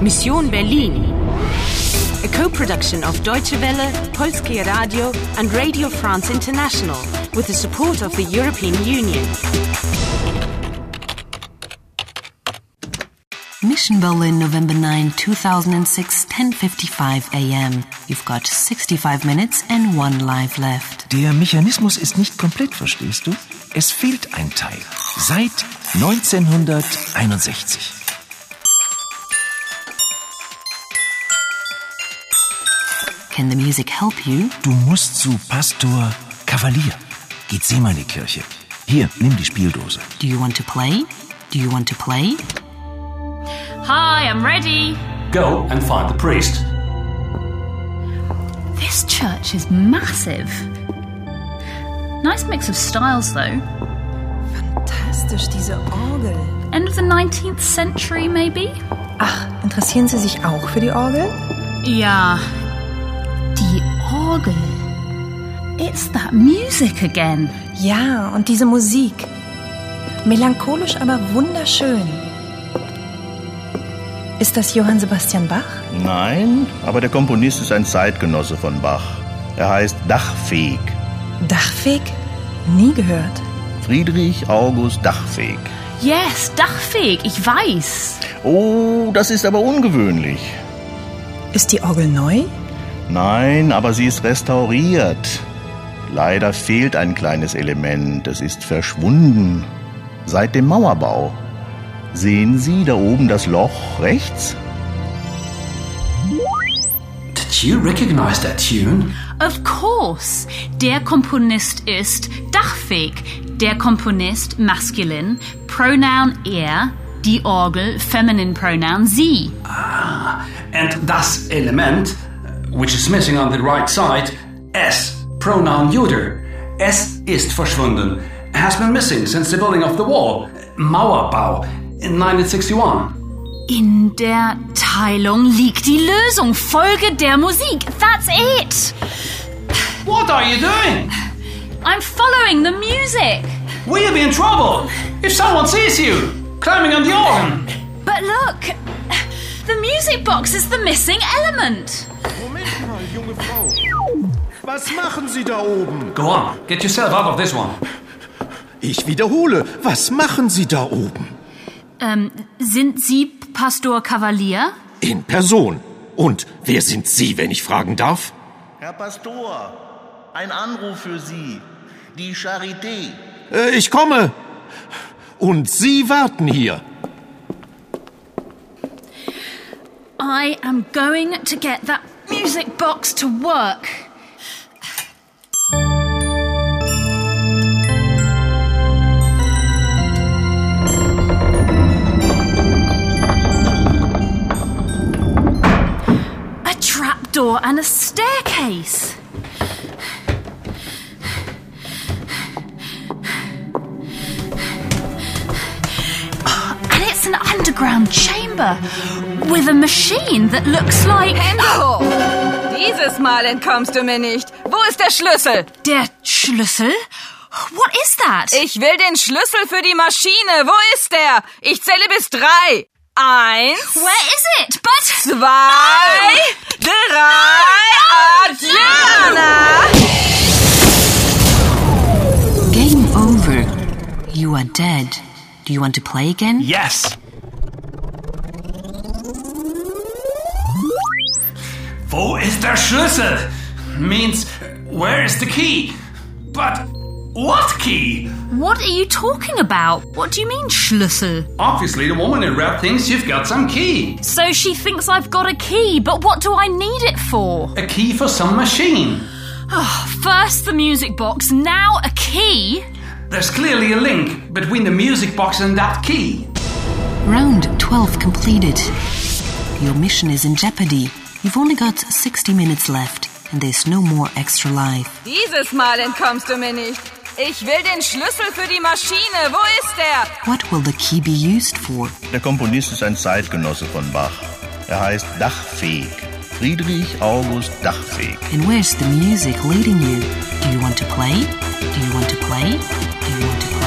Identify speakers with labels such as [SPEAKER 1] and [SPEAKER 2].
[SPEAKER 1] Mission Berlin. A co-production of Deutsche Welle, Polskie Radio and Radio France International with the support of the European Union.
[SPEAKER 2] Mission Berlin, November 9, 2006, 10.55 a.m. You've got 65 minutes and one live left.
[SPEAKER 3] Der Mechanismus ist nicht komplett, verstehst du? Es fehlt ein Teil. Seit 1961.
[SPEAKER 2] Can the music help you?
[SPEAKER 3] Du musst zu Pastor Kavalier. Geht sie mal in die Kirche. Hier, nimm die Spieldose.
[SPEAKER 2] Do you want to play? Do you want to play?
[SPEAKER 4] Hi, I'm ready.
[SPEAKER 5] Go and find the priest.
[SPEAKER 4] This church is massive. Nice mix of styles, though.
[SPEAKER 6] Fantastisch, diese Orgel.
[SPEAKER 4] End of the 19th century, maybe?
[SPEAKER 6] Ach, interessieren Sie sich auch für die Orgel?
[SPEAKER 4] Yeah. Die Orgel. It's that music again.
[SPEAKER 6] Ja, und diese Musik. Melancholisch, aber wunderschön. Ist das Johann Sebastian Bach?
[SPEAKER 7] Nein, aber der Komponist ist ein Zeitgenosse von Bach. Er heißt Dachfeg.
[SPEAKER 6] Dachfeg? Nie gehört.
[SPEAKER 7] Friedrich August Dachfeg.
[SPEAKER 4] Yes, Dachfeg, ich weiß.
[SPEAKER 7] Oh, das ist aber ungewöhnlich.
[SPEAKER 6] Ist die Orgel neu?
[SPEAKER 7] Nein, aber sie ist restauriert. Leider fehlt ein kleines Element. Es ist verschwunden. Seit dem Mauerbau. Sehen Sie da oben das Loch rechts?
[SPEAKER 5] Did you recognize that tune?
[SPEAKER 4] Of course. Der Komponist ist Dachfeg. Der Komponist masculine, pronoun er, die Orgel feminine pronoun sie.
[SPEAKER 5] And das element, uh, which is missing on the right side, S, pronoun Juder. S ist verschwunden. Has been missing since the building of the wall, Mauerbau, in 1961.
[SPEAKER 4] In der Teilung liegt die Lösung. Folge der Musik. That's it.
[SPEAKER 5] What are you doing?
[SPEAKER 4] I'm following the music.
[SPEAKER 5] We'll be in trouble if someone sees you climbing on the organ.
[SPEAKER 4] But look, the music box is the missing element.
[SPEAKER 8] Moment mal, junge Frau. Was machen Sie da oben?
[SPEAKER 5] Go on, get yourself out of this one.
[SPEAKER 8] Ich wiederhole, was machen Sie da oben?
[SPEAKER 4] Ähm, sind Sie Pastor Kavalier?
[SPEAKER 8] In Person. Und wer sind Sie, wenn ich fragen darf?
[SPEAKER 7] Herr Pastor, ein Anruf für Sie. Die Charité.
[SPEAKER 8] Äh, ich komme. Und Sie warten hier.
[SPEAKER 4] I am going to get that music box to work. A trapdoor and a staircase. And it's an underground chamber with a machine that looks like.
[SPEAKER 9] Endo! Dieses Mal entkommst du mir nicht. Wo ist der Schlüssel?
[SPEAKER 4] Der Schlüssel? What is that?
[SPEAKER 9] Ich will den Schlüssel für die Maschine. Wo ist der? Ich zähle bis drei. Eins,
[SPEAKER 4] Where is it? But
[SPEAKER 9] zwei, drei. Adriana!
[SPEAKER 2] Game over. You are dead. Do you want to play again?
[SPEAKER 5] Yes. Wo ist der Schlüssel? Means, where is the key? But what key?
[SPEAKER 4] what are you talking about? What do you mean Schlüssel?
[SPEAKER 5] Obviously, the woman in red thinks you've got some key.
[SPEAKER 4] So she thinks I've got a key, but what do I need it for? Oh,
[SPEAKER 5] A key for some machine.
[SPEAKER 4] First the music box, now a key.
[SPEAKER 5] There's clearly a link between the music box and that key.
[SPEAKER 2] Round 12 completed. Your mission is in jeopardy. You've only got 60 minutes left, and there's no more extra life.
[SPEAKER 9] Dieses Mal entkommst du mir nicht. Ich will den Schlüssel für die Maschine. Wo ist der?
[SPEAKER 2] What will the key be used for?
[SPEAKER 7] Der Komponist ist ein Zeitgenosse von Bach. Er heißt Dachfeg. Friedrich August Dachfeg.
[SPEAKER 2] And where's the music leading you? Do you want to play? Do you want to play? Do you want to play?